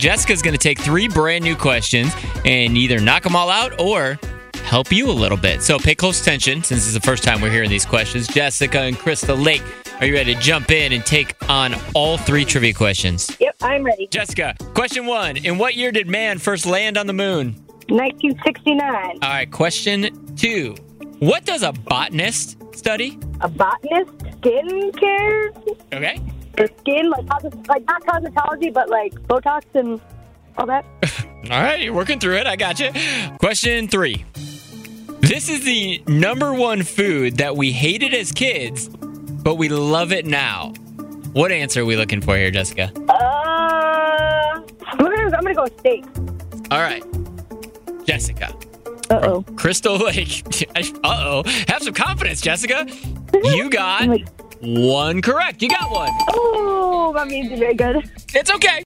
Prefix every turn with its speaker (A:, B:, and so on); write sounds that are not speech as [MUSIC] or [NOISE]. A: Jessica's going to take three brand new questions and either knock them all out or help you a little bit. So pay close attention since this is the first time we're hearing these questions. Jessica and Krista Lake, are you ready to jump in and take on all three trivia questions?
B: Yep, I'm ready.
A: Jessica, question one In what year did man first land on the moon?
B: 1969.
A: All right, question two What does a botanist study?
B: A botanist, skin care,
A: Okay.
B: the skin, like, cos- like not cosmetology, but like Botox and all that.
A: All right, you're working through it. I got you. Question three. This is the number one food that we hated as kids, but we love it now. What answer are we looking for here, Jessica?
B: Uh, I'm gonna, I'm gonna go with steak.
A: All right, Jessica,
B: Uh oh.
A: Crystal [LAUGHS] Lake. Uh oh, have some confidence, Jessica. You got one correct. You got one.
B: Oh, that means you're very good.
A: It's okay.